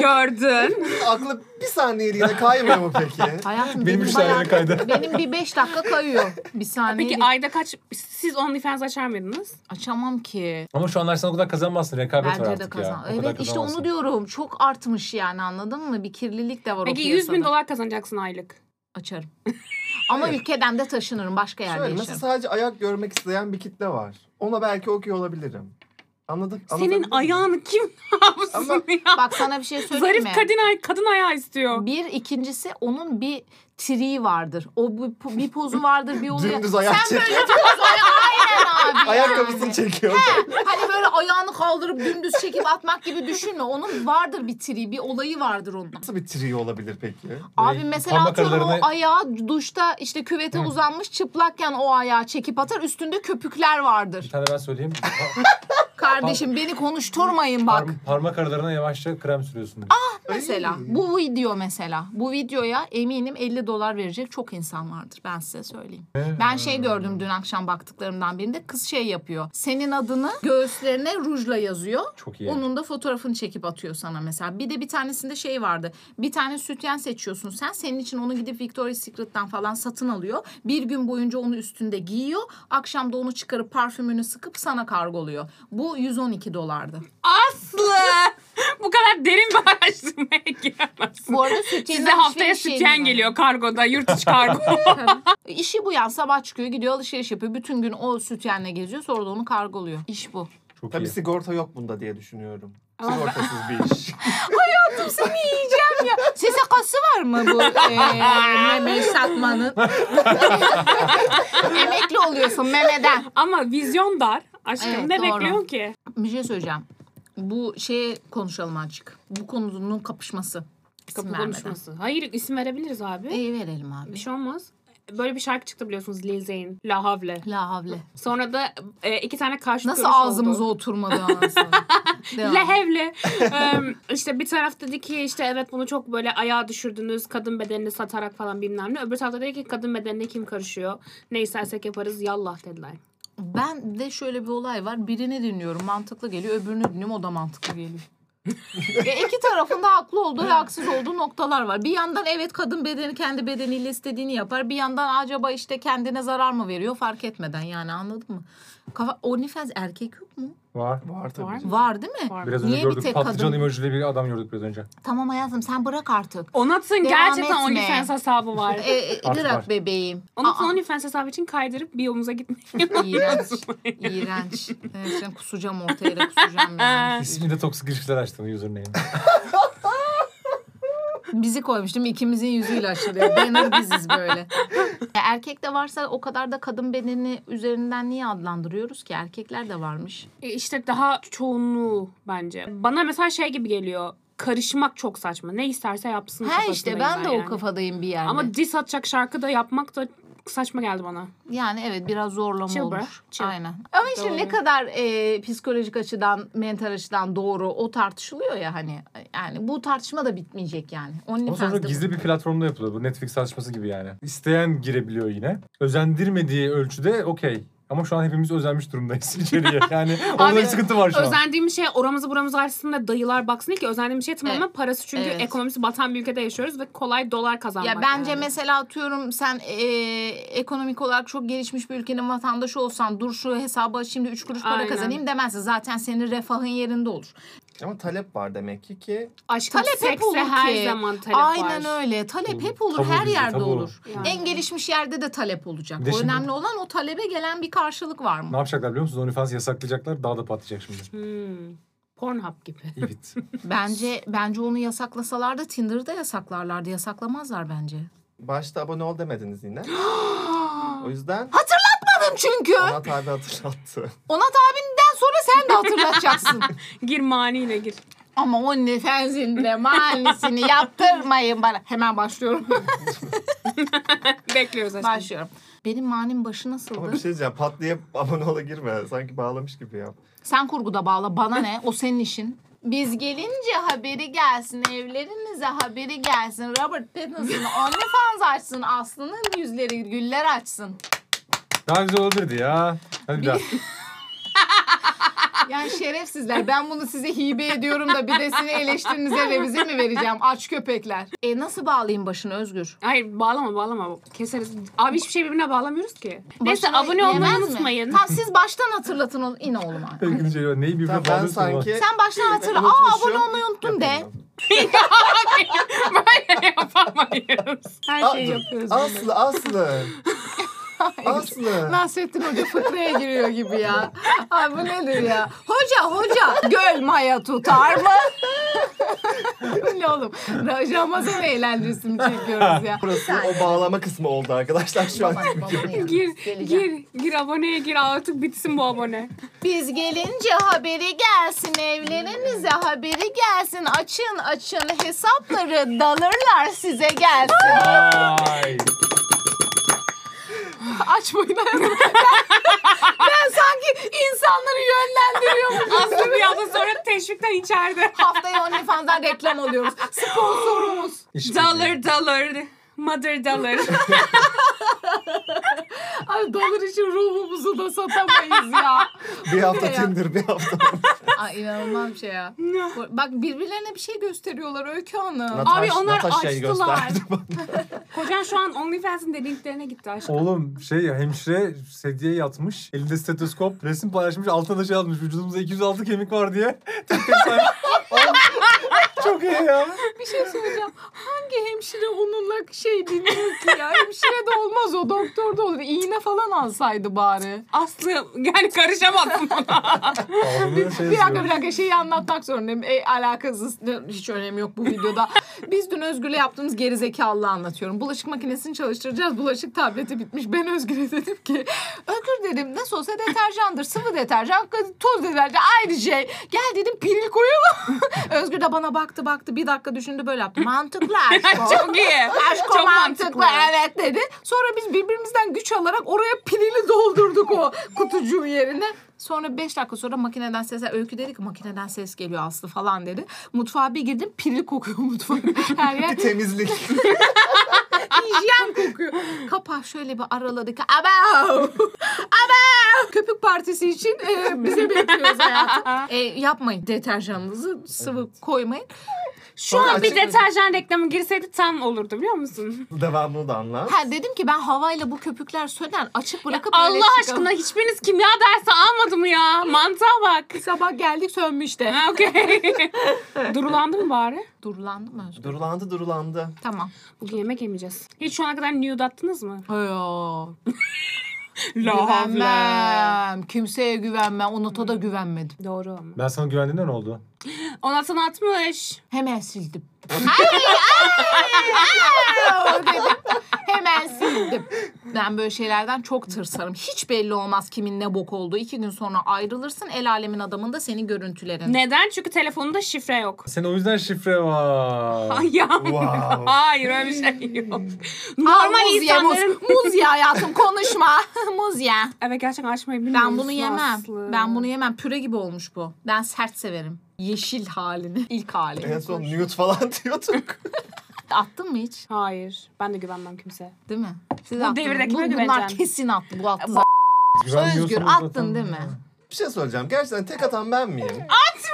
[SPEAKER 4] Gördün.
[SPEAKER 6] [laughs] Aklı bir saniyeliğine kaymıyor mu peki?
[SPEAKER 5] Hayatım
[SPEAKER 1] Benim
[SPEAKER 5] benim,
[SPEAKER 1] işler
[SPEAKER 5] bayağı-
[SPEAKER 1] yere kaydı.
[SPEAKER 5] benim bir beş dakika kayıyor. Bir saniye.
[SPEAKER 4] Peki ayda kaç siz OnlyFans açar mıydınız?
[SPEAKER 5] Açamam ki.
[SPEAKER 1] Ama şu anlar sen o kadar kazanmazsın. Rekabet var
[SPEAKER 5] Bence de
[SPEAKER 1] artık ya.
[SPEAKER 5] kazan.
[SPEAKER 1] O kadar
[SPEAKER 5] Evet işte
[SPEAKER 1] kazanamazsın.
[SPEAKER 5] onu diyorum. Çok artmış yani anladın mı? Bir kirlilik de var
[SPEAKER 4] Peki
[SPEAKER 5] o
[SPEAKER 4] 100 bin
[SPEAKER 5] piyasada.
[SPEAKER 4] dolar kazanacaksın aylık.
[SPEAKER 5] Açarım. [laughs] Ama ülkeden de taşınırım. Başka yerde
[SPEAKER 6] Şöyle mesela
[SPEAKER 5] yaşarım.
[SPEAKER 6] sadece ayak görmek isteyen bir kitle var. Ona belki okuyor olabilirim. Anladık. anlatabildim
[SPEAKER 4] Senin
[SPEAKER 6] mi?
[SPEAKER 4] ayağını kim [laughs] yapsın
[SPEAKER 6] Ama-
[SPEAKER 4] ya?
[SPEAKER 5] Bak sana
[SPEAKER 4] [laughs]
[SPEAKER 5] bir şey söyleyeyim
[SPEAKER 4] Zarif
[SPEAKER 5] mi?
[SPEAKER 4] kadın, ay- kadın ayağı istiyor. [laughs]
[SPEAKER 5] Bir ikincisi onun bir triği vardır. O bir, bir pozu vardır bir oluyor.
[SPEAKER 6] Dümdüz ayak
[SPEAKER 5] Sen
[SPEAKER 6] çekiyor.
[SPEAKER 5] böyle poz [laughs] Aynen abi.
[SPEAKER 6] [laughs] Ayakkabısını çekiyor.
[SPEAKER 5] Hani böyle böyle ayağını kaldırıp dümdüz çekip atmak gibi düşünme. Onun vardır bir tri, bir olayı vardır onun.
[SPEAKER 6] Nasıl bir tri olabilir peki?
[SPEAKER 5] Abi
[SPEAKER 1] Böyle
[SPEAKER 5] mesela
[SPEAKER 1] parmak
[SPEAKER 5] atıyorum
[SPEAKER 1] aralarına-
[SPEAKER 5] o ayağı duşta işte küvete uzanmış çıplakken o ayağı çekip atar üstünde köpükler vardır.
[SPEAKER 1] Bir tane ben
[SPEAKER 5] [laughs]
[SPEAKER 1] söyleyeyim. Pa-
[SPEAKER 5] Kardeşim beni konuşturmayın bak.
[SPEAKER 1] parm- parmak aralarına yavaşça krem sürüyorsun. diyor.
[SPEAKER 5] Mesela
[SPEAKER 6] Ay.
[SPEAKER 5] bu video mesela. Bu videoya eminim 50 dolar verecek çok insan vardır ben size söyleyeyim. Ben şey gördüm dün akşam baktıklarımdan birinde kız şey yapıyor. Senin adını göğüslerine rujla yazıyor.
[SPEAKER 1] Çok iyi.
[SPEAKER 5] Onun da fotoğrafını çekip atıyor sana mesela. Bir de bir tanesinde şey vardı. Bir tane sütyen seçiyorsun sen. Senin için onu gidip Victoria's Secret'tan falan satın alıyor. Bir gün boyunca onu üstünde giyiyor. Akşam da onu çıkarıp parfümünü sıkıp sana kargoluyor. Bu 112 dolardı.
[SPEAKER 4] Aslı! Bu kadar derin bir araştırmaya [laughs] giremezsin.
[SPEAKER 5] Bu [laughs] arada şey, sütyenin
[SPEAKER 4] Size haftaya
[SPEAKER 5] alışveriş şeyi
[SPEAKER 4] sütyen
[SPEAKER 5] var.
[SPEAKER 4] geliyor kargoda, yurt içi
[SPEAKER 5] [laughs]
[SPEAKER 4] kargo.
[SPEAKER 5] İşi bu yani sabah çıkıyor gidiyor alışveriş yapıyor. Bütün gün o sütyenle geziyor sonra da onu kargoluyor. İş bu.
[SPEAKER 1] Çok
[SPEAKER 6] Tabii
[SPEAKER 1] iyi.
[SPEAKER 6] sigorta yok bunda diye düşünüyorum.
[SPEAKER 4] Ama ben-
[SPEAKER 6] Sigortasız bir iş.
[SPEAKER 5] Cem ya SSK'sı var mı bu eee meme satmanın? [laughs] Emekli oluyorsun memeden.
[SPEAKER 4] Ama vizyon dar. Aşkım
[SPEAKER 5] Evet,
[SPEAKER 4] ne
[SPEAKER 5] doğru.
[SPEAKER 4] bekliyorsun ki?
[SPEAKER 5] Bir şey söyleyeceğim. Bu şeye konuşalım açık. Bu konunun kapışması. İsim
[SPEAKER 4] Kapı
[SPEAKER 5] vermeden.
[SPEAKER 4] konuşması. Hayır isim verebiliriz abi.
[SPEAKER 5] İyi verelim
[SPEAKER 4] Bir
[SPEAKER 5] abi.
[SPEAKER 4] şey olmaz. Böyle bir şarkı çıktı biliyorsunuz Lil Zane. La Havle.
[SPEAKER 5] La havle.
[SPEAKER 4] Sonra da e, iki tane karşı
[SPEAKER 5] Nasıl
[SPEAKER 4] görüş
[SPEAKER 5] ağzımıza
[SPEAKER 4] oldu.
[SPEAKER 5] oturmadı anasını.
[SPEAKER 4] [laughs]
[SPEAKER 5] Devam.
[SPEAKER 4] La Havle. [laughs] Em, işte bir taraf dedi ki işte evet bunu çok böyle ayağa düşürdünüz. Kadın bedenini satarak falan bilmem ne. Öbür tarafta dedi ki kadın bedenine kim karışıyor? Ne istersek yaparız yallah dediler.
[SPEAKER 5] Ben de şöyle bir olay var. Birini dinliyorum mantıklı geliyor. Öbürünü dinliyorum o da mantıklı geliyor. e, iki tarafında haklı olduğu ve haksız olduğu noktalar var. Bir yandan evet kadın bedeni kendi bedeniyle istediğini yapar. Bir yandan acaba işte kendine zarar mı veriyor fark etmeden yani anladın mı? Kafa, OnlyFans erkek yok mu?
[SPEAKER 1] Var.
[SPEAKER 6] Var tabii.
[SPEAKER 4] Var mı?
[SPEAKER 5] Var değil mi?
[SPEAKER 4] Var mı?
[SPEAKER 1] Biraz önce
[SPEAKER 5] Niye bir
[SPEAKER 1] gördük.
[SPEAKER 5] tek
[SPEAKER 1] Patlıcan
[SPEAKER 5] kadın?
[SPEAKER 1] emojili bir adam gördük biraz önce.
[SPEAKER 5] Tamam hayatım sen bırak artık.
[SPEAKER 4] Onat'ın
[SPEAKER 5] Devam
[SPEAKER 4] gerçekten
[SPEAKER 5] etme.
[SPEAKER 4] OnlyFans hesabı var.
[SPEAKER 5] [laughs] E, e,
[SPEAKER 1] Artık
[SPEAKER 5] bırak
[SPEAKER 1] var.
[SPEAKER 5] bebeğim.
[SPEAKER 4] Onat'ın
[SPEAKER 5] Aa,
[SPEAKER 4] OnlyFans hesabı için kaydırıp biyomuza gitmeyi
[SPEAKER 5] İğrenç. İğrenç. Evet, şimdi kusacağım ortaya da kusacağım yani.
[SPEAKER 1] İsmini de toksik ilişkiler açtım username'i.
[SPEAKER 5] Bizi koymuştum ikimizin yüzüyle açılıyor. Banner biziz böyle. [laughs] Ya Erkek de varsa o kadar da kadın bedeni üzerinden niye adlandırıyoruz ki? Erkekler de varmış.
[SPEAKER 4] E, İşte daha çoğunluğu bence. Bana mesela şey gibi geliyor. Karışmak çok saçma. Ne isterse yapsın.
[SPEAKER 5] Ha
[SPEAKER 4] kafasındayım
[SPEAKER 5] işte ben de
[SPEAKER 4] yani.
[SPEAKER 5] o kafadayım bir yerde.
[SPEAKER 4] Ama diss atacak şarkı da yapmak da saçma geldi bana.
[SPEAKER 5] yani evet biraz zorlama
[SPEAKER 4] Chill bro,
[SPEAKER 5] olur.
[SPEAKER 4] chill.
[SPEAKER 5] Aynen. Ama işte
[SPEAKER 4] Doğru.
[SPEAKER 5] ne kadar e, psikolojik açıdan, mental açıdan doğru o tartışılıyor ya hani. Yani bu tartışma da bitmeyecek yani. Onun
[SPEAKER 1] Ama sonra gizli bir platformda yapılıyor. Bu Netflix tartışması gibi yani. İsteyen girebiliyor yine. Özendirmediği ölçüde okey. Ama şu an hepimiz özenmiş durumdayız [laughs] içeriye.
[SPEAKER 5] [laughs]
[SPEAKER 1] Yani orada bir sıkıntı var şu an.
[SPEAKER 4] Özendiğim şey oramızı buramızı açsın da dayılar baksın değil ki. Özendiğim şey tamamen parası. Çünkü
[SPEAKER 5] Evet.
[SPEAKER 4] ekonomisi batan bir ülkede yaşıyoruz ve kolay dolar kazanmak.
[SPEAKER 5] Ya bence
[SPEAKER 4] yani.
[SPEAKER 5] mesela atıyorum sen eee, ekonomik olarak çok gelişmiş bir ülkenin vatandaşı olsan dur şu hesabı açayım da 3 kuruş para
[SPEAKER 4] Aynen.
[SPEAKER 5] kazanayım demezsin. Zaten senin refahın yerinde olur.
[SPEAKER 6] Ama talep var demek ki ki
[SPEAKER 4] Aşkım
[SPEAKER 5] talep hep
[SPEAKER 4] sekse
[SPEAKER 5] olur
[SPEAKER 4] her
[SPEAKER 5] ki.
[SPEAKER 4] zaman talep
[SPEAKER 5] Aynen
[SPEAKER 4] var.
[SPEAKER 5] öyle. E- Talep
[SPEAKER 1] Olur.
[SPEAKER 5] hep olur.
[SPEAKER 1] Tabu
[SPEAKER 5] her
[SPEAKER 1] bizde,
[SPEAKER 5] yerde
[SPEAKER 1] tabu.
[SPEAKER 5] olur.
[SPEAKER 4] Yani.
[SPEAKER 5] En gelişmiş yerde de talep olacak.
[SPEAKER 1] Bir de
[SPEAKER 5] O
[SPEAKER 1] şimdi-
[SPEAKER 5] önemli olan o talebe gelen bir karşılık var mı?
[SPEAKER 1] Ne yapacaklar biliyor musunuz? OnlyFans yasaklayacaklar. Daha da patlayacak şimdi.
[SPEAKER 4] Hmm. Pornhub gibi. [laughs]
[SPEAKER 1] Evet.
[SPEAKER 5] Bence bence onu yasaklasalar da Tinder'da yasaklarlardı. Yasaklamazlar bence.
[SPEAKER 6] başta abone ol demediniz yine. o yüzden
[SPEAKER 5] Çünkü
[SPEAKER 6] Onat abi hatırlattı.
[SPEAKER 5] Onat abinden sonra sen de hatırlatacaksın. [laughs]
[SPEAKER 4] Gir maniyle gir.
[SPEAKER 5] Ama OnlyFans'in de manisini yaptırmayın bana. Hemen başlıyorum.
[SPEAKER 4] Bekliyoruz aşkım.
[SPEAKER 5] Başlıyorum. Benim manim başı
[SPEAKER 6] Ama bir
[SPEAKER 5] nasıldı?
[SPEAKER 6] şey diyeceğim patlayıp abone ola girme. Sanki bağlamış gibi yap.
[SPEAKER 5] Sen kurguda bağla. Bana ne? O senin işin. Biz gelince haberi gelsin, evlerinize haberi gelsin. Robert Pattinson OnlyFans açsın, Aslı'nın yüzleri güller açsın.
[SPEAKER 1] Daha güzel olabilirdi ya. Hadi
[SPEAKER 5] [laughs]
[SPEAKER 1] bir daha.
[SPEAKER 5] Yani şerefsizler ben bunu size hibe ediyorum da bir de sizin eleştirinize revize mi vereceğim? Aç köpekler. E nasıl bağlayayım başını Özgür?
[SPEAKER 4] Hayır bağlama bağlama. Keseriz. Abi hiçbir şey birbirine bağlamıyoruz ki. Neyse
[SPEAKER 5] Başına
[SPEAKER 4] abone olmayı
[SPEAKER 5] yemez mi?
[SPEAKER 4] unutmayın.
[SPEAKER 5] Tamam siz baştan hatırlatın. oğlum. İn oğlum abi.
[SPEAKER 1] Peki, şey, Neyi birbirine
[SPEAKER 6] Tamam, ben
[SPEAKER 1] bağlıyorsun
[SPEAKER 6] sanki...
[SPEAKER 5] Sen baştan hatırla. Aa abone olmayı unuttum de.
[SPEAKER 4] [laughs] Böyle yapamayız. Her şeyi
[SPEAKER 6] Aa,
[SPEAKER 4] yapıyoruz. [laughs]
[SPEAKER 6] Aslı Aslı. Aslı.
[SPEAKER 5] Nasrettin Hoca fıkraya giriyor gibi ya. Ay bu nedir ya? Hoca hoca göl maya tutar mı? [laughs] Bu ne oğlum? Ra- Ramazan eğlencesini çekiyoruz ya.
[SPEAKER 6] Burası o bağlama kısmı oldu arkadaşlar şu an.
[SPEAKER 4] Gir, gir, gir aboneye gir artık bitsin bu abone.
[SPEAKER 5] Biz gelince haberi gelsin evlerinize haberi gelsin açın açın hesapları dalırlar size [laughs] gelsin.
[SPEAKER 1] Ay.
[SPEAKER 5] Açmayın ben, ben sanki insanları yönlendiriyormuşum.
[SPEAKER 4] Aslı bir hafta sonra teşvikten içeride.
[SPEAKER 5] Haftaya OnlyFans'dan reklam alıyoruz. Sponsorumuz.
[SPEAKER 1] İşte
[SPEAKER 4] Dollar dollar. Mother dollar.
[SPEAKER 5] Ay dolar için ruhumuzu da satamayız ya.
[SPEAKER 6] bir hafta
[SPEAKER 5] Ya.
[SPEAKER 6] Tinder bir hafta.
[SPEAKER 5] [laughs] Ay inanılmam bir şey ya. Bak birbirlerine bir şey gösteriyorlar Öykü Hanım.
[SPEAKER 6] Natasha-
[SPEAKER 4] Abi onlar
[SPEAKER 6] Natasha'yı
[SPEAKER 4] açtılar.
[SPEAKER 6] gösterdi
[SPEAKER 4] [laughs]
[SPEAKER 6] bana.
[SPEAKER 4] [laughs] Kocan şu an OnlyFans'ın de linklerine gitti aşkım.
[SPEAKER 1] Oğlum şey ya, hemşire sedyeye yatmış. Elinde stetoskop. Resim paylaşmış. Altına da şey yazmış. Vücudumuzda 206 kemik var diye. [laughs] Tek tek say- Oğlum, Çok iyi ya.
[SPEAKER 5] Bir şey söyleyeceğim. Hangi hemşire onunla şey dinliyor ki ya? Hemşire de olmaz o doktor da olur. İğne falan alsaydı bari.
[SPEAKER 4] Aslı yani [laughs] karışamazsın ona.
[SPEAKER 1] Ağzını şey
[SPEAKER 5] Bir dakika
[SPEAKER 1] yazıyor.
[SPEAKER 5] bir dakika şeyi anlatmak zorundayım. E, alakasız hiç önemi yok
[SPEAKER 1] [laughs]
[SPEAKER 5] bu videoda. Biz dün Özgür'le yaptığımız gerizekalılığı anlatıyorum. Bulaşık makinesini çalıştıracağız. Bulaşık tableti bitmiş. Ben Özgür'e dedim ki Özgür dedim nasıl olsa deterjandır. Sıvı deterjan, toz deterjan aynı şey. Gel dedim piril koyalım. [laughs] Özgür de bana baktı baktı bir dakika düşündü böyle yaptı. Mantıklı aşk o.
[SPEAKER 4] Çok iyi.
[SPEAKER 5] Aşk o
[SPEAKER 4] Çok
[SPEAKER 5] mantıklı
[SPEAKER 4] mantıklı.
[SPEAKER 5] evet dedi. Sonra biz birbirimizden güç alarak oraya pilini doldurduk o kutucuğun yerine. Sonra 5 dakika sonra makineden ses öykü dedi ki makineden ses geliyor Aslı falan dedi. Mutfağa bir girdim pirli kokuyor mutfağın. [laughs] Her yer
[SPEAKER 6] Temizlik. [laughs]
[SPEAKER 5] hijyen kokuyor. Kapağı şöyle bir araladık. Abav! Abav! Köpük partisi için e, bize bekliyoruz hayatım. E, yapmayın deterjanınızı sıvı koymayın.
[SPEAKER 4] Şu
[SPEAKER 6] Sonra
[SPEAKER 4] an bir
[SPEAKER 6] açıkladım.
[SPEAKER 4] deterjan reklamı girseydi tam olurdu biliyor musun?
[SPEAKER 6] Devamını da anlat.
[SPEAKER 5] Ha, dedim ki ben havayla bu köpükler söner açık bırakıp öyle
[SPEAKER 4] Allah
[SPEAKER 5] çıkalım.
[SPEAKER 4] aşkına hiçbiriniz kimya dersi almadı mı ya? Mantığa bak.
[SPEAKER 5] Sabah geldik sönmüş de.
[SPEAKER 4] Ha, Okey. Durulandı mı bari?
[SPEAKER 5] Durulandı mı Özgür?
[SPEAKER 6] Durulandı durulandı.
[SPEAKER 5] Tamam.
[SPEAKER 4] Bugün yemek yemeyeceğiz. Hiç şu ana kadar nude attınız mı?
[SPEAKER 5] Yo.
[SPEAKER 4] La havle.
[SPEAKER 5] Güvenmem. Kimseye güvenmem. Onata da güvenmedim.
[SPEAKER 4] Doğru ama.
[SPEAKER 1] Ben sana güvendiğimde ne oldu?
[SPEAKER 4] Ona sana atmış.
[SPEAKER 5] Hemen sildim. ay, ay, ay, dedim. Hemen sildim. Ben böyle şeylerden çok tırsarım. Hiç belli olmaz kimin ne bok olduğu. İki gün sonra ayrılırsın. El alemin adamın da senin görüntülerin.
[SPEAKER 4] Neden? Çünkü telefonunda şifre yok.
[SPEAKER 1] Sen o yüzden şifre var.
[SPEAKER 4] Ay [laughs] ya.
[SPEAKER 6] Wow.
[SPEAKER 4] [laughs] Hayır öyle bir şey yok.
[SPEAKER 5] Aa,
[SPEAKER 4] Normal
[SPEAKER 5] muz ye, muz.
[SPEAKER 4] insanların...
[SPEAKER 5] Muz ye hayatım konuşma. [laughs] muz ye.
[SPEAKER 4] Evet gerçekten açmayı bilmiyorsun
[SPEAKER 5] Ben bunu yemem.
[SPEAKER 4] Aslı.
[SPEAKER 5] Ben bunu yemem. Püre gibi olmuş bu. Ben sert severim. Yeşil halini. [laughs] İlk
[SPEAKER 6] En
[SPEAKER 5] halini.
[SPEAKER 6] son nude falan [laughs] diyorduk.
[SPEAKER 5] Attın mı hiç?
[SPEAKER 4] Hayır. Ben de güvenmem kimse.
[SPEAKER 5] Değil mi? Siz
[SPEAKER 4] Bu
[SPEAKER 5] attınız.
[SPEAKER 4] devirdekine
[SPEAKER 5] Bu- Bunlar
[SPEAKER 4] güveneceğim.
[SPEAKER 5] kesin attı. Bu attı.
[SPEAKER 1] Güvenmiyorsanız
[SPEAKER 5] Özgür
[SPEAKER 1] zaten-
[SPEAKER 5] attın değil mi?
[SPEAKER 6] bir şey soracağım. Gerçekten tek atan ben miyim?
[SPEAKER 4] Atmış.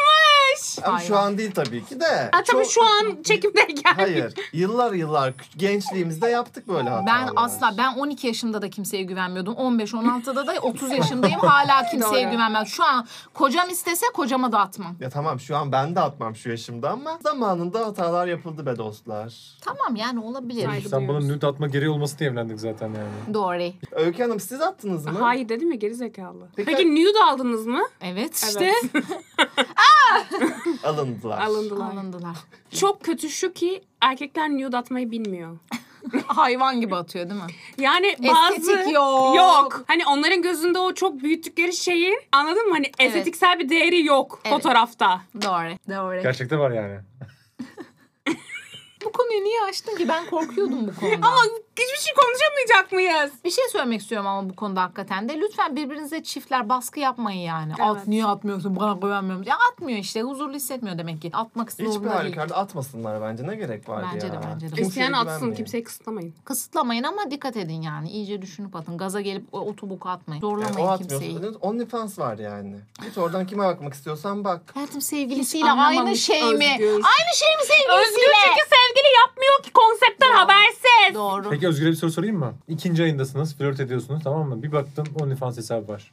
[SPEAKER 6] Ama şu
[SPEAKER 5] Hayır.
[SPEAKER 6] an değil tabii ki de.
[SPEAKER 4] Ha, tabii
[SPEAKER 6] Çok-
[SPEAKER 4] şu an çekimdeyken.
[SPEAKER 6] Hayır. Yıllar yıllar gençliğimizde yaptık böyle hatalar.
[SPEAKER 5] Ben asla ben 12 yaşımda da kimseye güvenmiyordum. 15 16'da da 30 yaşındayım. Hala kimseye
[SPEAKER 4] [laughs] Doğru.
[SPEAKER 5] güvenmem. Şu an kocam istese kocama da atmam.
[SPEAKER 6] Ya tamam şu an ben de atmam şu yaşımda ama zamanında hatalar yapıldı be dostlar.
[SPEAKER 5] Tamam yani olabilir.
[SPEAKER 4] Hayır.
[SPEAKER 1] Sen bana
[SPEAKER 4] Duyuyoruz.
[SPEAKER 1] nude atma gereği olması diye evlendik zaten yani.
[SPEAKER 5] Doğru.
[SPEAKER 6] Öykü Hanım siz attınız mı?
[SPEAKER 4] Hayır dedim ya geri zekalı.
[SPEAKER 6] Peki-
[SPEAKER 4] Peki, nude aldınız mı?
[SPEAKER 5] Evet işte
[SPEAKER 4] Evet.
[SPEAKER 6] Alındılar.
[SPEAKER 4] Alındılar.
[SPEAKER 5] alındılar. [laughs]
[SPEAKER 4] Çok kötü şu ki erkekler nude atmayı bilmiyor.
[SPEAKER 5] Hayvan gibi atıyor değil mi?
[SPEAKER 4] Yani bazı...
[SPEAKER 5] Estetik yok.
[SPEAKER 4] Yok. Hani onların gözünde o çok büyüttükleri şeyin anladın mı? Hani estetiksel bir değeri yok
[SPEAKER 5] Evet.
[SPEAKER 4] fotoğrafta.
[SPEAKER 5] Doğru. Doğru.
[SPEAKER 1] Gerçekte var yani.
[SPEAKER 5] Bu konuyu niye açtın ki? Ben korkuyordum bu [laughs] konuda.
[SPEAKER 4] Ama hiçbir şey konuşamayacak mıyız?
[SPEAKER 5] Bir şey söylemek istiyorum ama bu konuda hakikaten de. Lütfen birbirinize çiftler baskı yapmayın yani.
[SPEAKER 4] Evet.
[SPEAKER 5] At niye atmıyorsun bana güvenmiyorum. Ya atmıyor işte huzurlu hissetmiyor demek ki. Atmak
[SPEAKER 6] Hiçbir
[SPEAKER 5] zorunda değil.
[SPEAKER 6] halükarda atmasınlar bence. Ne gerek var
[SPEAKER 5] Bence
[SPEAKER 6] ya?
[SPEAKER 5] de, bence de.
[SPEAKER 6] Kimseye
[SPEAKER 4] İsteyen atsın
[SPEAKER 6] güvenmeyin.
[SPEAKER 4] kimseyi kısıtlamayın.
[SPEAKER 5] Kısıtlamayın ama dikkat edin yani. İyice düşünüp atın. Gaza gelip o otobuk atmayın.
[SPEAKER 6] Yani
[SPEAKER 5] Zorlamayın
[SPEAKER 6] o
[SPEAKER 5] kimseyi.
[SPEAKER 6] atmıyorsun. OnlyFans var yani. Git oradan kime bakmak
[SPEAKER 5] [gasps]
[SPEAKER 6] istiyorsan bak.
[SPEAKER 5] Hayatım sevgilisiyle aynı
[SPEAKER 4] anlamamış
[SPEAKER 5] şey mi?
[SPEAKER 4] Özgür.
[SPEAKER 5] Aynı şey mi
[SPEAKER 4] Özgür
[SPEAKER 5] sevgilisiyle?
[SPEAKER 4] çünkü sevgili yapmıyor ki konseptten habersiz.
[SPEAKER 5] Doğru.
[SPEAKER 1] Peki Özgür'e bir soru sorayım mı? İkinci ayındasınız, flört ediyorsunuz tamam mı? Bir baktın OnlyFans hesabı var.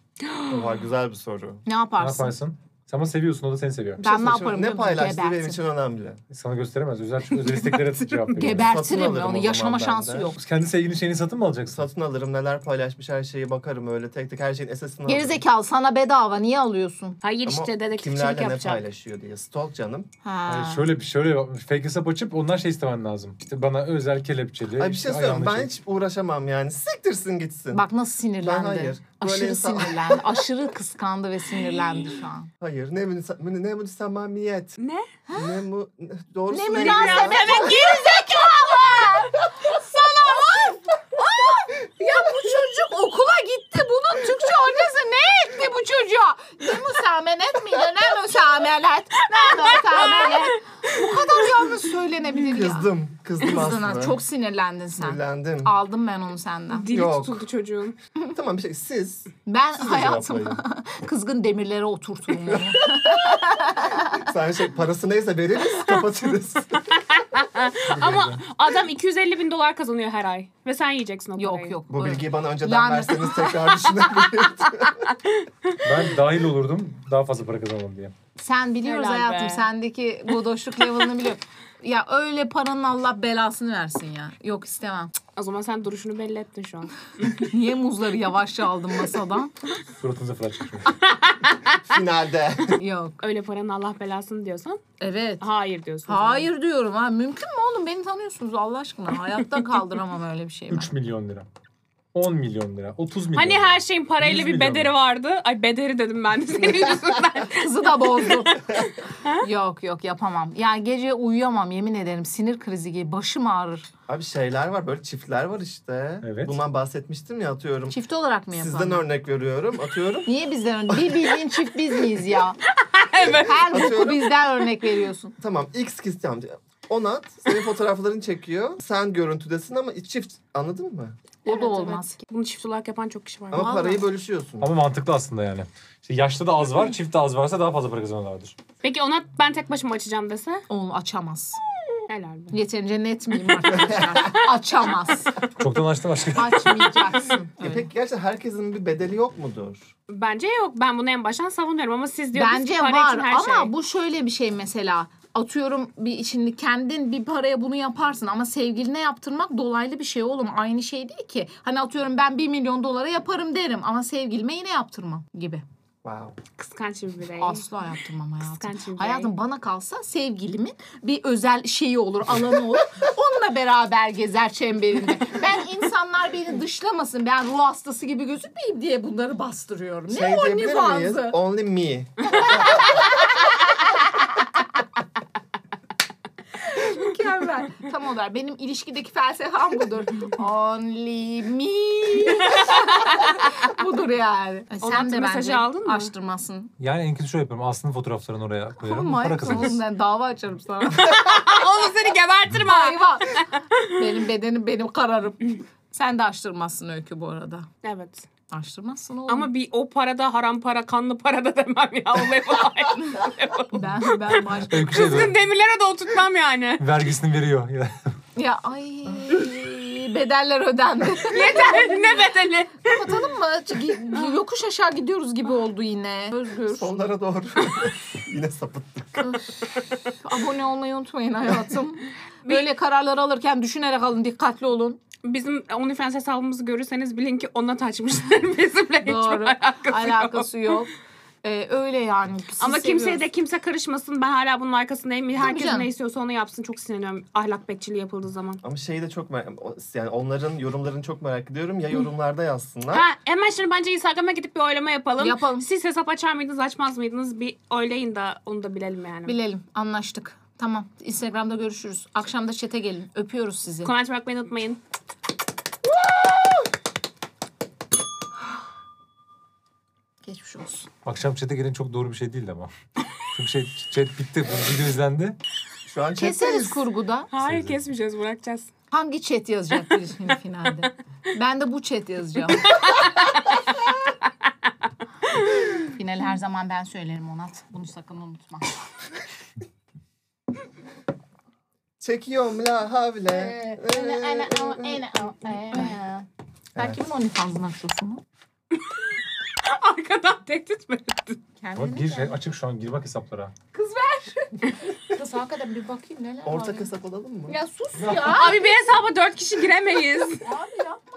[SPEAKER 6] Oha güzel bir soru.
[SPEAKER 1] Ne
[SPEAKER 5] Ne yaparsın?
[SPEAKER 1] yaparsın? Sen onu seviyorsun o da seni seviyor.
[SPEAKER 5] Bir şey Ben ne söyleyeyim. yaparım?
[SPEAKER 6] Ne
[SPEAKER 5] biliyor musun?
[SPEAKER 6] paylaştığı benim
[SPEAKER 5] Gebertirim.
[SPEAKER 6] için önemli.
[SPEAKER 1] Sana gösteremez. Özel, özel
[SPEAKER 5] [laughs]
[SPEAKER 1] isteklere cevap veriyor.
[SPEAKER 6] Satın
[SPEAKER 5] Gebertirim.
[SPEAKER 6] alırım o
[SPEAKER 5] Onu
[SPEAKER 6] zaman
[SPEAKER 5] yaşama
[SPEAKER 6] ben
[SPEAKER 5] şansı
[SPEAKER 6] de.
[SPEAKER 5] yok.
[SPEAKER 1] Kendi sevgilinin şeyini satın mı alacaksın?
[SPEAKER 6] Satın alırım neler paylaşmış her şeyi bakarım öyle tek tek her şeyin esasını alırım.
[SPEAKER 5] Gerizekalı sana bedava niye alıyorsun?
[SPEAKER 4] Hayır
[SPEAKER 6] Ama
[SPEAKER 4] işte dedektifçilik
[SPEAKER 6] kimlerle ne
[SPEAKER 4] yapacak.
[SPEAKER 6] paylaşıyor diye. Stalk canım.
[SPEAKER 5] Ha.
[SPEAKER 1] Yani şöyle bir şöyle fake hesap açıp ondan şey istemen lazım. İşte bana özel kelepçeli.
[SPEAKER 6] Ay bir
[SPEAKER 1] işte
[SPEAKER 6] şey söyleyeyim
[SPEAKER 1] ayağında
[SPEAKER 6] ben
[SPEAKER 1] şey-
[SPEAKER 6] hiç uğraşamam yani. Siktirsin gitsin.
[SPEAKER 5] Bak nasıl sinirlendi.
[SPEAKER 6] Ben hayır. Böyle
[SPEAKER 5] Aşırı
[SPEAKER 6] insan-
[SPEAKER 5] sinirlendi. Aşırı kıskandı ve sinirlendi şu an.
[SPEAKER 6] Hayır ne münasebet. Ne müsamamiyet.
[SPEAKER 4] Ne?
[SPEAKER 6] Ne mu... Doğrusu
[SPEAKER 5] Ne
[SPEAKER 6] ne
[SPEAKER 5] münasebet. Ya bu çocuk okula gitti. Bunun Türkçe hocası ne etti bu çocuğa? Ne müsamenet miydi? Ne müsamenet? Ne müsamenet? Bu kadar yalnız söylenebilir ya.
[SPEAKER 6] Kızdım. Kızdım
[SPEAKER 5] Kızdın ha,
[SPEAKER 6] aslında.
[SPEAKER 5] Çok sinirlendin sen.
[SPEAKER 6] sinirlendim.
[SPEAKER 5] Aldım ben onu senden.
[SPEAKER 4] Dili
[SPEAKER 6] Yok.
[SPEAKER 4] tutuldu çocuğun.
[SPEAKER 6] [laughs] Tamam bir şey siz.
[SPEAKER 5] Ben
[SPEAKER 6] Siz de
[SPEAKER 5] hayatım
[SPEAKER 6] cevaplayın.
[SPEAKER 5] [laughs] kızgın demirlere oturturum onu.
[SPEAKER 6] Sen şey parası
[SPEAKER 5] [laughs]
[SPEAKER 6] neyse veririz kapatırız.
[SPEAKER 4] Ama adam 250 bin dolar kazanıyor her ay. Ve sen yiyeceksin o parayı.
[SPEAKER 5] [laughs] yok yok.
[SPEAKER 6] Bu
[SPEAKER 5] öyle.
[SPEAKER 6] bilgiyi bana önceden
[SPEAKER 5] Lanet.
[SPEAKER 6] verseniz
[SPEAKER 5] [laughs]
[SPEAKER 6] tekrar düşünebilirim.
[SPEAKER 1] şey. Ben dahil olurdum daha fazla para kazanalım diye.
[SPEAKER 5] Sen biliyoruz
[SPEAKER 4] Helal
[SPEAKER 5] hayatım
[SPEAKER 4] be.
[SPEAKER 5] sendeki godoşluk
[SPEAKER 4] [laughs]
[SPEAKER 5] level'ını biliyorum. Ya öyle paranın Allah belasını versin ya. Yok istemem.
[SPEAKER 4] O zaman sen duruşunu belli ettin şu an.
[SPEAKER 5] Niye muzları yavaşça aldın masadan?
[SPEAKER 1] Suratınıza fırat
[SPEAKER 6] [laughs]
[SPEAKER 1] çıkmış.
[SPEAKER 6] Finalde.
[SPEAKER 5] Yok.
[SPEAKER 4] Öyle paranın Allah belasını diyorsan
[SPEAKER 5] Evet.
[SPEAKER 4] hayır diyorsun. o zaman.
[SPEAKER 5] Hayır diyorum ha. Mümkün mü oğlum? Beni tanıyorsunuz Allah aşkına. Hayatta kaldıramam öyle bir şey ben.
[SPEAKER 1] 3 milyon lira. 10 milyon lira. 30 milyon
[SPEAKER 4] Hani
[SPEAKER 1] lira.
[SPEAKER 4] her şeyin parayla
[SPEAKER 1] 100
[SPEAKER 4] bir
[SPEAKER 1] milyon.
[SPEAKER 4] bederi vardı. Ay bederi dedim ben de
[SPEAKER 5] [laughs]
[SPEAKER 4] senin yüzünden.
[SPEAKER 5] Kızı
[SPEAKER 4] [laughs]
[SPEAKER 5] da bozdu. yok yok yapamam. Yani gece uyuyamam yemin ederim. Sinir krizi gibi. Başım ağrır.
[SPEAKER 6] Abi şeyler var böyle çiftler var işte.
[SPEAKER 1] Evet.
[SPEAKER 6] Bundan bahsetmiştim ya atıyorum.
[SPEAKER 5] Çift olarak mı yapalım?
[SPEAKER 6] Sizden örnek veriyorum atıyorum.
[SPEAKER 5] Niye bizden örnek? Bir bildiğin çift biz
[SPEAKER 4] [laughs]
[SPEAKER 5] miyiz ya? Her boku
[SPEAKER 6] Atıyorum.
[SPEAKER 5] bizden örnek veriyorsun.
[SPEAKER 6] tamam X kız tamam. Onat senin fotoğraflarını çekiyor. Sen görüntüdesin ama çift anladın mı?
[SPEAKER 5] O
[SPEAKER 4] Evet,
[SPEAKER 5] da olmaz.
[SPEAKER 4] evet. Bunu çift olarak yapan çok kişi var.
[SPEAKER 6] Ama
[SPEAKER 5] Vallahi.
[SPEAKER 6] parayı bölüşüyorsun.
[SPEAKER 1] Ama mantıklı aslında yani. İşte yaşta da az var, çiftte az varsa daha fazla para kazanırlardır.
[SPEAKER 4] Peki ona ben tek başıma açacağım dese
[SPEAKER 5] Onu açamaz.
[SPEAKER 4] helal be.
[SPEAKER 5] Yeterince net miyim arkadaşlar? açamaz.
[SPEAKER 1] Çoktan açtım aşkım.
[SPEAKER 5] Açmayacaksın.
[SPEAKER 6] Ya
[SPEAKER 5] Öyle.
[SPEAKER 6] E peki gerçekten herkesin bir bedeli yok mudur?
[SPEAKER 4] Bence yok. Ben bunu en baştan savunuyorum ama siz diyorsunuz
[SPEAKER 5] Bence
[SPEAKER 4] ki para
[SPEAKER 5] var
[SPEAKER 4] için her şey.
[SPEAKER 5] ama bu şöyle bir şey mesela. Atıyorum bir şimdi kendin bir paraya bunu yaparsın ama sevgiline yaptırmak dolaylı bir şey oğlum. Aynı şey değil ki. Hani atıyorum ben 1 milyon dolara yaparım derim ama sevgilime yine yaptırmam gibi.
[SPEAKER 6] Wow.
[SPEAKER 4] Kıskanç bir birey. [laughs]
[SPEAKER 5] Asla yaptırmam hayatım.
[SPEAKER 4] Kıskanç bir birey.
[SPEAKER 5] Hayatım bana kalsa sevgilimin bir özel şeyi olur, alanı olur. [laughs] Onunla beraber gezer çemberinde. Ben insanlar beni dışlamasın, ben ruh hastası gibi gözükmeyeyim diye bunları bastırıyorum.
[SPEAKER 6] Şey
[SPEAKER 5] ne o
[SPEAKER 6] diyebilir miyiz?
[SPEAKER 5] nifazı?
[SPEAKER 6] Only me. [laughs]
[SPEAKER 5] Mükemmel. Tam olarak benim ilişkideki felsefem budur. Only me.
[SPEAKER 6] [laughs]
[SPEAKER 5] budur yani. Ay,
[SPEAKER 4] Onun
[SPEAKER 5] sen de
[SPEAKER 4] mesajı
[SPEAKER 5] bence
[SPEAKER 4] aldın mı?
[SPEAKER 5] açtırmasın.
[SPEAKER 1] Yani en kötü şöyle yapıyorum. Aslı'nın fotoğraflarını oraya koyarım.
[SPEAKER 5] Manyak
[SPEAKER 1] para
[SPEAKER 5] oğlum
[SPEAKER 1] kazanırız.
[SPEAKER 5] ben dava açarım sana.
[SPEAKER 4] Onu seni gebertirme.
[SPEAKER 5] [laughs] Hayvan. benim bedenim benim kararım. Sen de açtırmazsın Öykü bu arada.
[SPEAKER 4] evet.
[SPEAKER 5] Açtırmazsın oğlum.
[SPEAKER 4] Ama bir o parada haram para, kanlı para da demem ya. Olay olay.
[SPEAKER 5] ben ben baş...
[SPEAKER 1] Öykü şey diyor,
[SPEAKER 4] Kızgın demirlere de oturtmam yani. [laughs]
[SPEAKER 1] Vergisini veriyor. [laughs]
[SPEAKER 5] ya ay bedeller [laughs] ödendi.
[SPEAKER 4] Yeter ne bedeli.
[SPEAKER 5] Kapatalım mı? Çünkü Yokuş aşağı gidiyoruz gibi oldu yine. Özgür.
[SPEAKER 6] Sonlara doğru. [laughs] Yine sapıttım.
[SPEAKER 5] Abone olmayı [laughs] unutmayın hayatım. Böyle kararlar alırken düşünerek alın, dikkatli olun.
[SPEAKER 4] Bizim OnlyFans hesabımızı görürseniz bilin ki ona taçmışlar. [laughs] Bizimle hiç
[SPEAKER 5] Doğru.
[SPEAKER 4] alakası, yok.
[SPEAKER 5] Alakası yok. Ee, öyle yani. Sizi
[SPEAKER 4] Ama kimseye
[SPEAKER 5] seviyoruz.
[SPEAKER 4] de kimse karışmasın. Ben hala bunun arkasındayım. Herkes
[SPEAKER 5] canım.
[SPEAKER 4] ne istiyorsa onu yapsın. Çok sinirleniyorum ahlak bekçiliği yapıldığı zaman.
[SPEAKER 6] Ama şeyi de çok merak... Yani onların yorumlarını çok merak ediyorum. Ya yorumlarda yazsınlar.
[SPEAKER 4] Ha, hemen şimdi bence Instagram'a gidip bir oylama yapalım.
[SPEAKER 5] Yapalım.
[SPEAKER 4] Siz hesap açar mıydınız açmaz mıydınız? Bir oylayın da onu da bilelim yani.
[SPEAKER 5] Bilelim, anlaştık. Tamam. Instagram'da görüşürüz. Akşam da çete gelin. Öpüyoruz sizi.
[SPEAKER 4] Konaç bırakmayı unutmayın.
[SPEAKER 5] Geçmiş olsun.
[SPEAKER 1] Akşam chat'e gelin çok doğru bir şey değildi ama. Çünkü şey chat bitti. Bu video izlendi.
[SPEAKER 6] Şu an
[SPEAKER 5] Keseriz kurguda.
[SPEAKER 4] Hayır kesmeyeceğiz [laughs] bırakacağız.
[SPEAKER 5] Hangi chat yazacaktır [laughs] şimdi finalde? Ben de bu chat [laughs] yazacağım. Final her zaman ben söylerim Onat. Bunu sakın unutma.
[SPEAKER 6] Çekiyorum la Ee, havle.
[SPEAKER 5] Ee, Belki mi OnlyFans'ın açıyorsun?
[SPEAKER 4] Arkadan tehdit mi ettin?
[SPEAKER 1] Ama
[SPEAKER 7] Kendine
[SPEAKER 1] gir e,
[SPEAKER 7] gel.
[SPEAKER 1] açık şu an gir bak hesaplara.
[SPEAKER 5] Kız hakikaten bir bakayım neler var.
[SPEAKER 6] Ortak
[SPEAKER 5] ya. [laughs]
[SPEAKER 6] hesap olalım mı?
[SPEAKER 7] Ya sus
[SPEAKER 4] Abi bir hesaba dört kişi giremeyiz.
[SPEAKER 5] Abi ya.